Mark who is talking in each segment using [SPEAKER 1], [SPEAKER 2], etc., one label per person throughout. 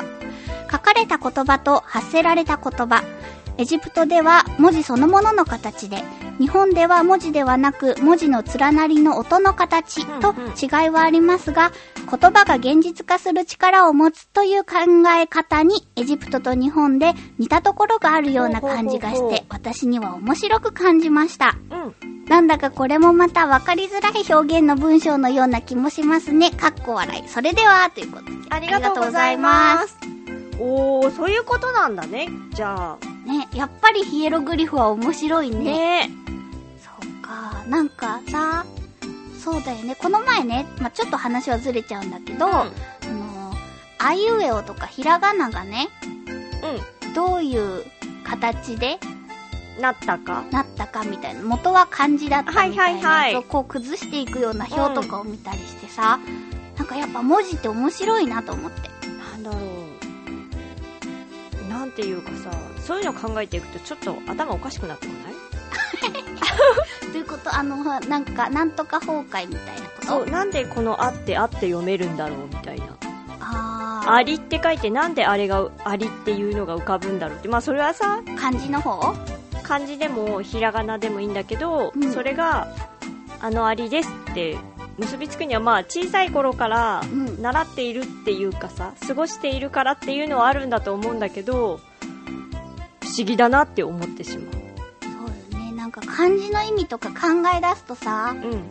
[SPEAKER 1] 書かれた言葉と発せられた言葉エジプトでは文字そのものの形で日本では文字ではなく文字の連なりの音の形と違いはありますが言葉が現実化する力を持つという考え方にエジプトと日本で似たところがあるような感じが
[SPEAKER 2] ほう
[SPEAKER 1] し
[SPEAKER 2] ほうほ
[SPEAKER 1] て私には面白く感じました
[SPEAKER 2] うん。
[SPEAKER 1] なんだかこれもまた分かりづらい表現の文章のような気もしますねかっこ笑いそれではということで
[SPEAKER 2] あり
[SPEAKER 1] り
[SPEAKER 2] が
[SPEAKER 1] がと
[SPEAKER 2] とう
[SPEAKER 1] うご
[SPEAKER 2] ござ
[SPEAKER 1] ざ
[SPEAKER 2] い
[SPEAKER 1] い
[SPEAKER 2] ま。
[SPEAKER 1] ます
[SPEAKER 2] おー、そういうことなんだね。じゃあ。
[SPEAKER 1] ね、やっぱりヒエログリフは面白いね。
[SPEAKER 2] ね
[SPEAKER 1] そうか、なんかさ、そうだよね。この前ね、まあ、ちょっと話はずれちゃうんだけど、あの、あいうえおとかひらがながね、どういう形で
[SPEAKER 2] うん。なったか
[SPEAKER 1] なったかみたいな、元は漢字だったみたい
[SPEAKER 2] はいは
[SPEAKER 1] ないや
[SPEAKER 2] はい
[SPEAKER 1] つをこう崩していくような表とかを見たりしてさ、なんかやっぱ文字って面白いなと思って。
[SPEAKER 2] なんだろう。なんていうかさ、そういうの考えていくとちょっと頭おかしくなってこない
[SPEAKER 1] ということ、あの、なんか、なんとか崩壊みたいなこと。
[SPEAKER 2] そう、なんでこのあってあって読めるんだろうみたいな。
[SPEAKER 1] あー
[SPEAKER 2] ありって書いてなんであれがありっていうのが浮かぶんだろうって。まあそれはさ、
[SPEAKER 1] 漢字の方
[SPEAKER 2] 漢字でもひらがなでもいいんだけど、
[SPEAKER 1] うん
[SPEAKER 2] それがあのありですって結びつくにはまあ小さい頃から
[SPEAKER 1] うん
[SPEAKER 2] 習っているっていうかさ、過ごしているからっていうのはあるんだと思うんだけど、不思議だなって思ってしま
[SPEAKER 1] そうよね。なんか漢字の意味とか考え出すとさ、
[SPEAKER 2] う。うん。うん。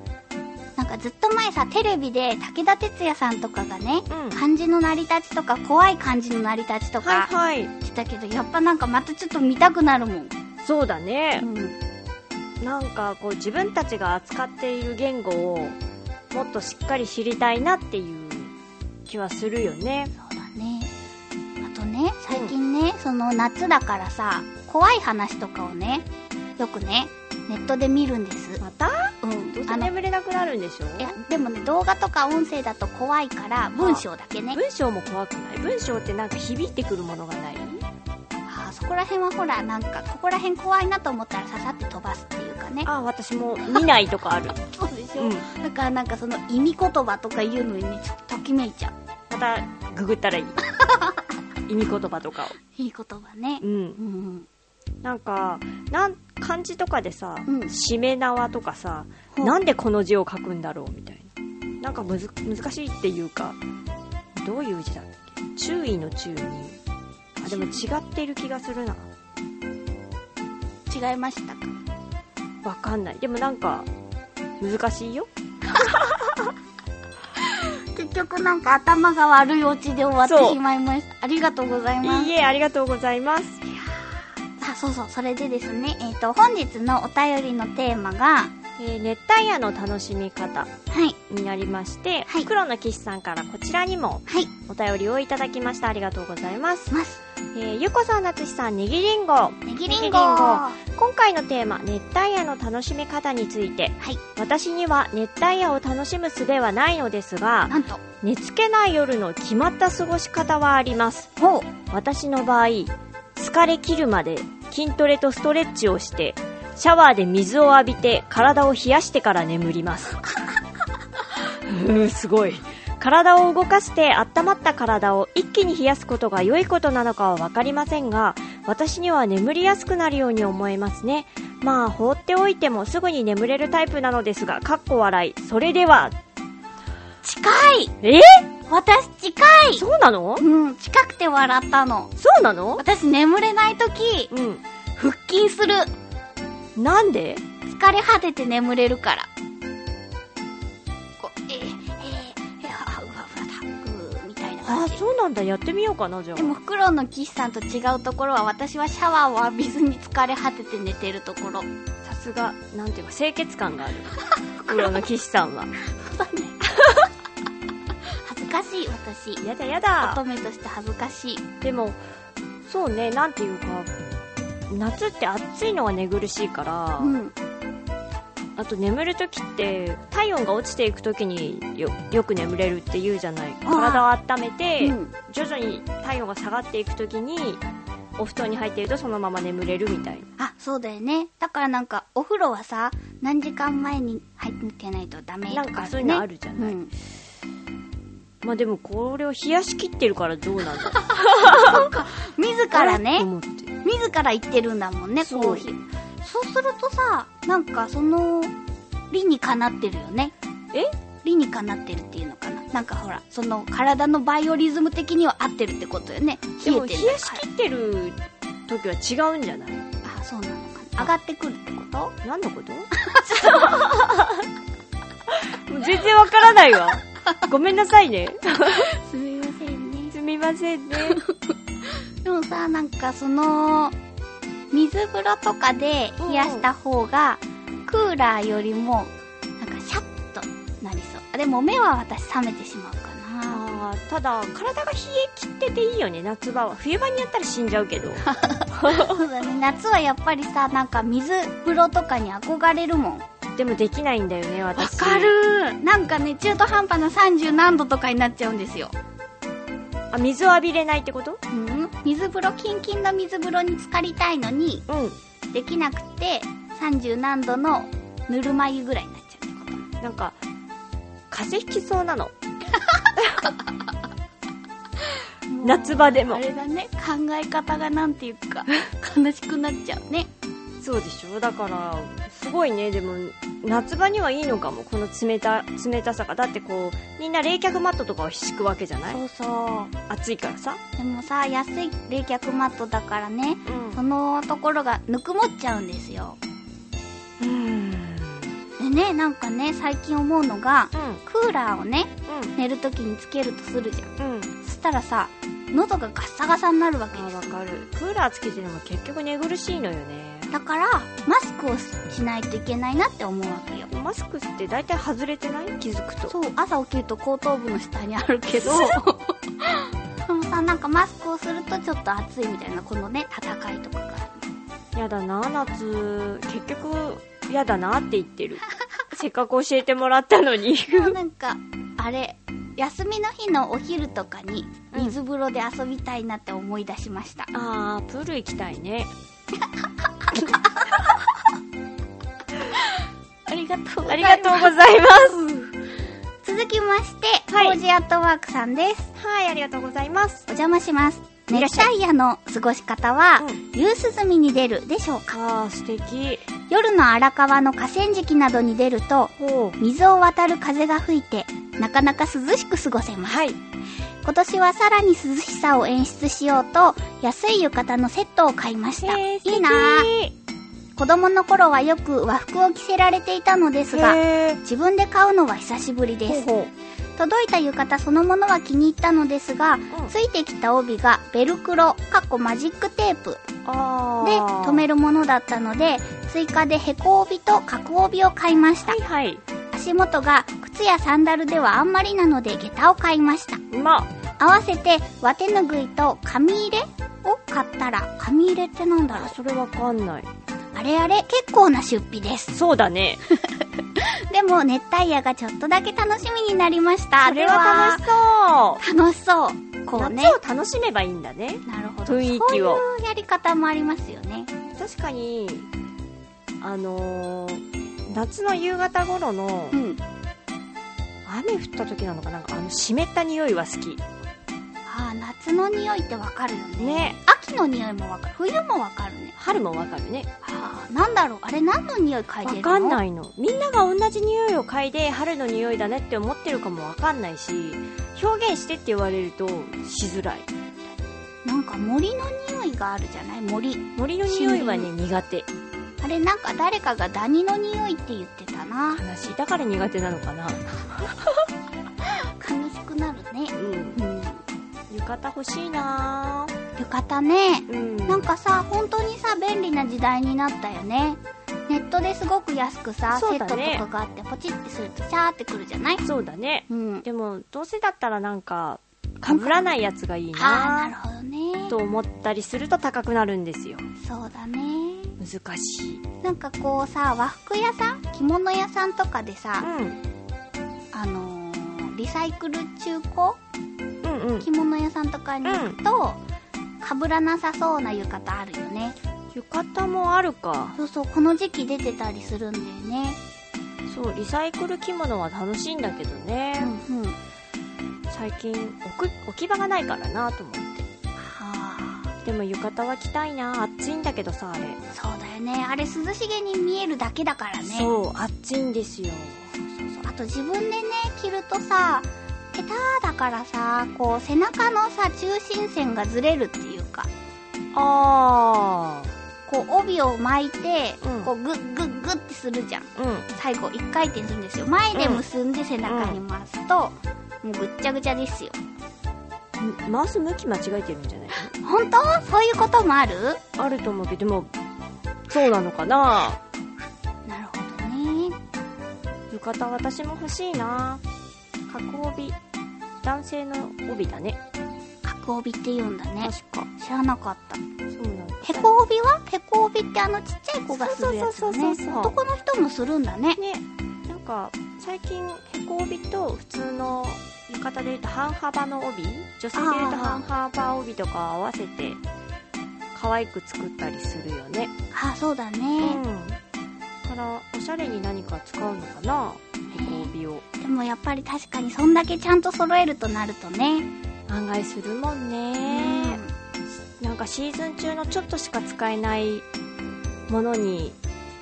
[SPEAKER 1] なんかずっと前さ、テレビで武田鉄矢さんとかがね、漢字の成り立ちとか怖い漢字の成り立ちと
[SPEAKER 2] はい
[SPEAKER 1] か
[SPEAKER 2] はい。
[SPEAKER 1] 言ってたけど、やっぱなんかまたちょっと見たくなるもん。
[SPEAKER 2] そうだね
[SPEAKER 1] う。ん。
[SPEAKER 2] なんかこう自分たちが扱っている言語をもっとしっかり知りたいなっていう気はするよね。
[SPEAKER 1] そうだね。あとね、最近ね、その夏だからさ、怖い話とかをね、よくね、ネットで見るんです。
[SPEAKER 2] また
[SPEAKER 1] うん
[SPEAKER 2] どう。せ
[SPEAKER 1] あの、い
[SPEAKER 2] 眠れなくなるんでしょ
[SPEAKER 1] や、でもね、動画とか音声だと怖いから、文章だけね。
[SPEAKER 2] 文章も怖くない文章ってなんか響いてくるものがない
[SPEAKER 1] あーそこら辺はほらなんかここら辺怖いなと思ったらささって飛ばすっていうかね
[SPEAKER 2] あ私も見ないとか ある
[SPEAKER 1] そうでし
[SPEAKER 2] うん
[SPEAKER 1] だからなんかその意味言葉とかいうのにねちょっとときめいちゃう
[SPEAKER 2] またググ ったらいい意味言葉とかを
[SPEAKER 1] いい言葉ね
[SPEAKER 2] う。ん
[SPEAKER 1] うん。
[SPEAKER 2] なんかなん漢字とかでさ、
[SPEAKER 1] うん
[SPEAKER 2] しめ縄とかさ
[SPEAKER 1] ほう
[SPEAKER 2] なんでこの字を書くんだろうみたいななんかむず難しいっていうかどういう字だったっけ注意の注意にあでも違ってる気がするな
[SPEAKER 1] 違いましたか。
[SPEAKER 2] わかんないでもなんか難しいよ
[SPEAKER 1] 結局なんか頭が悪いオチで終わって
[SPEAKER 2] そう
[SPEAKER 1] しまいました。ありがとうございます。
[SPEAKER 2] いいえありがとうございます
[SPEAKER 1] あ、そうそう、それでですね、えっ、と、本日のお便りのテーマが、
[SPEAKER 2] えー熱帯夜の楽しみ方
[SPEAKER 1] はい、
[SPEAKER 2] になりまして、
[SPEAKER 1] はい
[SPEAKER 2] 黒の騎士さんからこちらにも
[SPEAKER 1] はい、
[SPEAKER 2] お便りをいただきましたありがとうございます、
[SPEAKER 1] ます。
[SPEAKER 2] えーゆこさんなつしさんにぎりんご
[SPEAKER 1] ネギリン
[SPEAKER 2] ネギリ
[SPEAKER 1] ゴ
[SPEAKER 2] ンゴ
[SPEAKER 1] は
[SPEAKER 2] 今回のテーマ熱帯夜の楽しみ方について
[SPEAKER 1] い、
[SPEAKER 2] 私には熱帯夜を楽しむ術はないのですが
[SPEAKER 1] なんと、
[SPEAKER 2] 寝つけない夜の決まった過ごし方はあります
[SPEAKER 1] ほう、
[SPEAKER 2] 私の場合疲れ切るまで筋トレとストレッチをしてシャワーで水を浴びて体を冷やしてから眠ります うーんすごい体を動かして温まった体を一気に冷やすことが良いことなのかは分かりませんが私には眠りやすくなるように思えますねまあ放っておいてもすぐに眠れるタイプなのですがかっこ笑いそれでは
[SPEAKER 1] 近い
[SPEAKER 2] え
[SPEAKER 1] 私近い
[SPEAKER 2] そうなの
[SPEAKER 1] うん、近くて笑ったの。
[SPEAKER 2] そうなの
[SPEAKER 1] 私眠れないとき、
[SPEAKER 2] う
[SPEAKER 1] 腹筋する。
[SPEAKER 2] んなんで
[SPEAKER 1] 疲れ果てて眠れるから。こう、えー、えー、えー、あ、うわうわだ、うーみたいな
[SPEAKER 2] あ
[SPEAKER 1] 感じ。
[SPEAKER 2] そうなんだやってみようかなじゃあ
[SPEAKER 1] でも、フクロウの岸さんと違うところは、私はシャワーを浴びずに疲れ果てて寝てるところ。
[SPEAKER 2] さすがなんていうか清潔感 がある袋の騎士さんは
[SPEAKER 1] 恥ずかしい、私。
[SPEAKER 2] やだやだ
[SPEAKER 1] 乙女として恥ずかしい。
[SPEAKER 2] でもそうねなんていうか夏って暑いのが寝苦しいから、
[SPEAKER 1] うん。
[SPEAKER 2] あと眠るときって体温が落ちていくときによよく眠れるって言うじゃない体を温めて、
[SPEAKER 1] うん。
[SPEAKER 2] 徐々に体温が下がっていくときにお布団に入っているとそのまま眠れるみたいな
[SPEAKER 1] あ、そうだよね。だからなんか、お風呂はさ、何時間前に入ってないとダメとか、
[SPEAKER 2] な
[SPEAKER 1] ね。
[SPEAKER 2] んかそういうのあるじゃ
[SPEAKER 1] う
[SPEAKER 2] ない、
[SPEAKER 1] ん。
[SPEAKER 2] まあでもこれを冷やしきってるからどうなんだ
[SPEAKER 1] 自ら
[SPEAKER 2] と
[SPEAKER 1] ね、
[SPEAKER 2] 思って
[SPEAKER 1] 自ら言ってるんだもんね、
[SPEAKER 2] そう
[SPEAKER 1] コーヒー。そうするとさ、なんかその、理にかなってるよね。
[SPEAKER 2] え
[SPEAKER 1] 理にかなってるっていうのかな。なんかほら、その体のバイオリズム的には合ってるってことよね。
[SPEAKER 2] で
[SPEAKER 1] 冷え
[SPEAKER 2] も冷
[SPEAKER 1] て
[SPEAKER 2] や
[SPEAKER 1] る
[SPEAKER 2] し
[SPEAKER 1] か
[SPEAKER 2] きってる時は違うんじゃない
[SPEAKER 1] ら。あ、そうなのかな。上がってくるってこと
[SPEAKER 2] 何のこと もう全然わからないわごめんなさいね
[SPEAKER 1] すみませんね。
[SPEAKER 2] すみませんね
[SPEAKER 1] でもさ、なんかその、水風呂とかで冷やした方が、クーラーよりも、なんかシャッとなりそう。あでも目は私冷めてしまうか な。
[SPEAKER 2] あーただ体が冷え切ってていいよね夏場は冬場にやったら死んじゃうけ ど
[SPEAKER 1] そうだね。夏はやっぱりさ、なんか水風呂とかに憧れるもん。わ
[SPEAKER 2] でもできないんだよね私
[SPEAKER 1] るなんかね、中途半端な30何度とかになっちゃうんですよ。
[SPEAKER 2] あ水を浴びれないってこと
[SPEAKER 1] うん水風呂、キンキンの水風呂に浸かりたいのに、
[SPEAKER 2] う
[SPEAKER 1] できなくて、30何度のぬるま湯ぐらいになっちゃうってこと。
[SPEAKER 2] んなんか風邪ひきそうなの
[SPEAKER 1] もう
[SPEAKER 2] 夏場でも
[SPEAKER 1] あれだね考え方がなんていうか悲しくなっちゃうね
[SPEAKER 2] そうでしょだからすごいねでも夏場にはいいのかもこの冷た冷たさがだってこうみんな冷却マットとかを敷くわけじゃないう
[SPEAKER 1] そ
[SPEAKER 2] 暑いからさ
[SPEAKER 1] うでもさ安い冷却マットだからね
[SPEAKER 2] う
[SPEAKER 1] そのところがぬくもっちゃうんですよ
[SPEAKER 2] んうん
[SPEAKER 1] でねなんかね最近思うのがクーラーをね
[SPEAKER 2] う
[SPEAKER 1] 寝るときにつけるとするじゃん
[SPEAKER 2] んうん
[SPEAKER 1] そしたらさ喉がガッサガサになるわけ
[SPEAKER 2] あ
[SPEAKER 1] で
[SPEAKER 2] わ
[SPEAKER 1] す
[SPEAKER 2] かるクーラーつけてるのも結局寝苦しいのよね
[SPEAKER 1] だからマスクをしないといけないなって思うわけよ
[SPEAKER 2] マスクって大体外れてない気づくと
[SPEAKER 1] そう朝起きると後頭部の下にあるけどでもさなんかマスクをするとちょっと暑いみたいなこのね戦いとかが
[SPEAKER 2] やだな夏結局やだなって言ってるせっかく教えてもらったのに
[SPEAKER 1] でもなんかあれ休みの日のお昼とかに
[SPEAKER 2] うん
[SPEAKER 1] 水風呂で遊びたいなって思い出しました、
[SPEAKER 2] あープール行きたいね
[SPEAKER 1] ありがとうござ
[SPEAKER 2] あ
[SPEAKER 1] い
[SPEAKER 2] り
[SPEAKER 1] ます
[SPEAKER 2] がとうございます
[SPEAKER 1] 続続きまして、
[SPEAKER 2] はい
[SPEAKER 1] コージアットワークさんです。
[SPEAKER 2] はい、ありがとうございます。
[SPEAKER 1] お邪魔します。
[SPEAKER 2] いらっ
[SPEAKER 1] 熱
[SPEAKER 2] しゃい
[SPEAKER 1] 帯夜の過ごし方は、
[SPEAKER 2] うん
[SPEAKER 1] 夕涼みに出るでしょうか
[SPEAKER 2] あー、素敵。
[SPEAKER 1] 夜の荒川の河川敷などに出ると、
[SPEAKER 2] ほ
[SPEAKER 1] 水を渡る風が吹いて、なかなか涼しく過ごせ
[SPEAKER 2] う。
[SPEAKER 1] ます。
[SPEAKER 2] はい。
[SPEAKER 1] 今年はさらに涼しさを演出しようと、安い浴衣のセットを買いました。い
[SPEAKER 2] えー、素敵
[SPEAKER 1] いなぁ。子供の頃はよく和服を着せられていたのですが、
[SPEAKER 2] へー
[SPEAKER 1] 自分で買うのは久しぶりです。
[SPEAKER 2] ほうほ
[SPEAKER 1] 届いた浴衣そのものは気に入ったのですが、
[SPEAKER 2] ん
[SPEAKER 1] ついてきた帯がベルクロ、かっこマジックテープ
[SPEAKER 2] う。あ
[SPEAKER 1] で
[SPEAKER 2] ー。
[SPEAKER 1] 留めるものだったので、追加でヘコ帯と角帯を買いました
[SPEAKER 2] は。いはい。
[SPEAKER 1] 足元が靴やサンダルではあんまりなので下駄を買いました。
[SPEAKER 2] うま。
[SPEAKER 1] 合わせてわてぬぐいと紙入れを買ったら、紙入れってなんだろう
[SPEAKER 2] あ、それわかんない。
[SPEAKER 1] あれあれ結構な出費です。
[SPEAKER 2] そうだね。
[SPEAKER 1] でも熱帯夜がちょっとだけ楽しみになりました。
[SPEAKER 2] それは楽しそう。
[SPEAKER 1] では楽しそう。こうね。
[SPEAKER 2] 夏を楽しめばいいんだね。
[SPEAKER 1] なるほど。
[SPEAKER 2] 雰囲気を
[SPEAKER 1] そういうやり方もありますよね。
[SPEAKER 2] 確かに、あのー、夏の夕方頃の
[SPEAKER 1] うん。
[SPEAKER 2] 雨降った時なのかなんかあの湿った匂いは好き。
[SPEAKER 1] ああ、夏の匂いってわかるよね。
[SPEAKER 2] ね。
[SPEAKER 1] 秋の匂いもわかる。冬もわかるね。
[SPEAKER 2] 春もわかるね。
[SPEAKER 1] ああ、なんだろう。あれ何の匂い嗅いでるの
[SPEAKER 2] わかん
[SPEAKER 1] い。
[SPEAKER 2] ないの。みんなが同じ匂いを嗅いで春の匂いだねって思ってるかもわかんないし、表現してって言われるとしづらい。
[SPEAKER 1] なんか森の匂いがあるじゃない森。
[SPEAKER 2] 森の匂いはね、苦手。
[SPEAKER 1] あれなんか誰かがダニの匂いって言ってたな。
[SPEAKER 2] 悲しい。だから苦手なのかな。
[SPEAKER 1] 悲しくなるね。
[SPEAKER 2] うん。
[SPEAKER 1] うん。
[SPEAKER 2] 浴衣欲しいなぁ。
[SPEAKER 1] 浴衣ね。
[SPEAKER 2] うん。
[SPEAKER 1] なんかさ、本当にさ、便利な時代になったよね。ネットですごく安くさ、
[SPEAKER 2] そ
[SPEAKER 1] セッ
[SPEAKER 2] うだ
[SPEAKER 1] トと
[SPEAKER 2] ね
[SPEAKER 1] かがあって、ポチってするとシャーってくるじゃない
[SPEAKER 2] そうだね。
[SPEAKER 1] うん。
[SPEAKER 2] でも、どうせだったらなんか、被らないやつがいい
[SPEAKER 1] あー、なる
[SPEAKER 2] な
[SPEAKER 1] ほどね
[SPEAKER 2] ぁ。と思ったりすると高くなるんですよ。
[SPEAKER 1] そうだね。
[SPEAKER 2] 難しい。
[SPEAKER 1] なんかこうさ、和服屋さん着物屋さんとかで
[SPEAKER 2] う
[SPEAKER 1] さ、
[SPEAKER 2] ん。
[SPEAKER 1] あのー、リサイクル中古
[SPEAKER 2] うんうん。
[SPEAKER 1] 着物屋さんとかに行くと、かぶらなさそうな浴衣あるよね。
[SPEAKER 2] 浴衣もあるか。
[SPEAKER 1] そうそう、この時期出てたりするんだよね。
[SPEAKER 2] そう、リサイクル着物は楽しいんだけどね。
[SPEAKER 1] うんうん。
[SPEAKER 2] 最近置く、置き場がないからなと思って。
[SPEAKER 1] はー
[SPEAKER 2] でも浴衣は着たいな暑いんだけどさ、あれ。
[SPEAKER 1] そうだよね。あれ涼しげに見えるだけだからね。
[SPEAKER 2] そう、暑いんですよ。そうそ
[SPEAKER 1] あ
[SPEAKER 2] う
[SPEAKER 1] と自分でね、着るとさ、下手だからさ、こう背中のさ、中心線がずれるっていうか、
[SPEAKER 2] あ
[SPEAKER 1] こう帯を巻いて、
[SPEAKER 2] うん
[SPEAKER 1] こうグッグッグッってするじゃん。
[SPEAKER 2] ー。うん。
[SPEAKER 1] 最後一回転するんですよ。前で結んで背中に回すと、もうぐっちゃぐちゃですよ。
[SPEAKER 2] 回す向き間違えてるんじゃない
[SPEAKER 1] 本当そういうこともある
[SPEAKER 2] のあると思うけど、でも、そうなのかな
[SPEAKER 1] なるほどね。
[SPEAKER 2] 浴衣私も欲しいな角帯男性の帯だね
[SPEAKER 1] 角帯って言うんだね。
[SPEAKER 2] 確か
[SPEAKER 1] 知らなかった。
[SPEAKER 2] そうなんだ
[SPEAKER 1] へこ帯はへこ帯ってあのちっちゃい子がするやつ
[SPEAKER 2] そうそうそ
[SPEAKER 1] ね
[SPEAKER 2] うそうそう
[SPEAKER 1] 男の人もするんだね
[SPEAKER 2] ねなんか最近へこ帯と普通の浴衣でいうと半幅の帯女性でいうと半幅帯とか合わせて可愛く作ったりするよね
[SPEAKER 1] あそうだね、
[SPEAKER 2] うんだからおしゃれに何か使うのかなへこ帯を
[SPEAKER 1] でもやっぱり確かにそんだけちゃんと揃えるとなるとね
[SPEAKER 2] 案外するもんねなんかシーズン中のちょっとしか使えないものに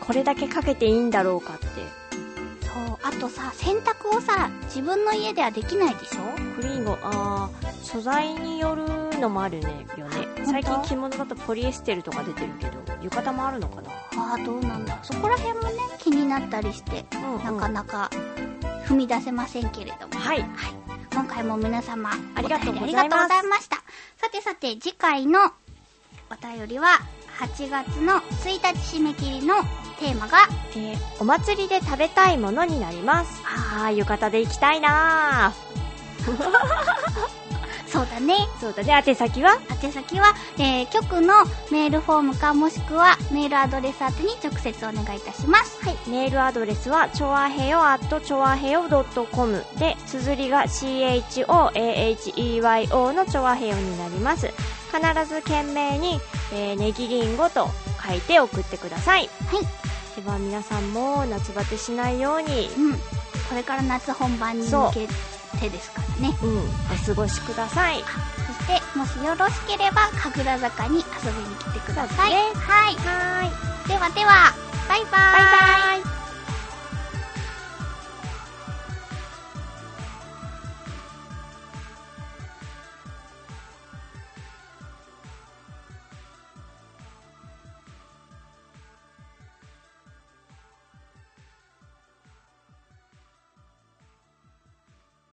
[SPEAKER 2] これだけかけていいんだろうかって
[SPEAKER 1] うんそうあとさ洗濯をさ自分の家ではできないでしょ
[SPEAKER 2] クリーンをあー素材によるのもあるねよね
[SPEAKER 1] あ
[SPEAKER 2] 最近
[SPEAKER 1] 本当
[SPEAKER 2] 着物だとポリエステルとか出てるけど浴衣もあるのかな
[SPEAKER 1] ああどうなんだそこら辺もね気になったりして
[SPEAKER 2] うんうん
[SPEAKER 1] なかなか踏み出せませんけれども、
[SPEAKER 2] はい
[SPEAKER 1] 今回も皆様
[SPEAKER 2] ありがとうございます
[SPEAKER 1] お便りありがとうございましたさてさて次回のお便りは8月の1日締め切りのテーマが
[SPEAKER 2] でお祭りで食べたいものになりますあー浴衣で行きたいな
[SPEAKER 1] そうだね
[SPEAKER 2] ーそうだね宛先は
[SPEAKER 1] 宛先は、えー、局のメールフォームかもしくはメールアドレス宛てに直接お願いいたしますはい
[SPEAKER 2] メールアドレスは、ちょわへよ at ちょわへよ .com で、綴りが CHOAHEYO のちょわへよになります。必ず懸命に、えー、ネギリンゴと書いて送ってください。
[SPEAKER 1] はい
[SPEAKER 2] では皆さんも夏バテしないように
[SPEAKER 1] うんこれから夏本番に
[SPEAKER 2] そ
[SPEAKER 1] 向
[SPEAKER 2] う
[SPEAKER 1] けてですからね
[SPEAKER 2] うん、お過ごしください。
[SPEAKER 1] そしてもしよろしければ神楽坂に遊びに来てください、
[SPEAKER 2] そうです
[SPEAKER 1] はい
[SPEAKER 2] はーい。
[SPEAKER 1] ではではバイバーイ
[SPEAKER 2] バイバイ。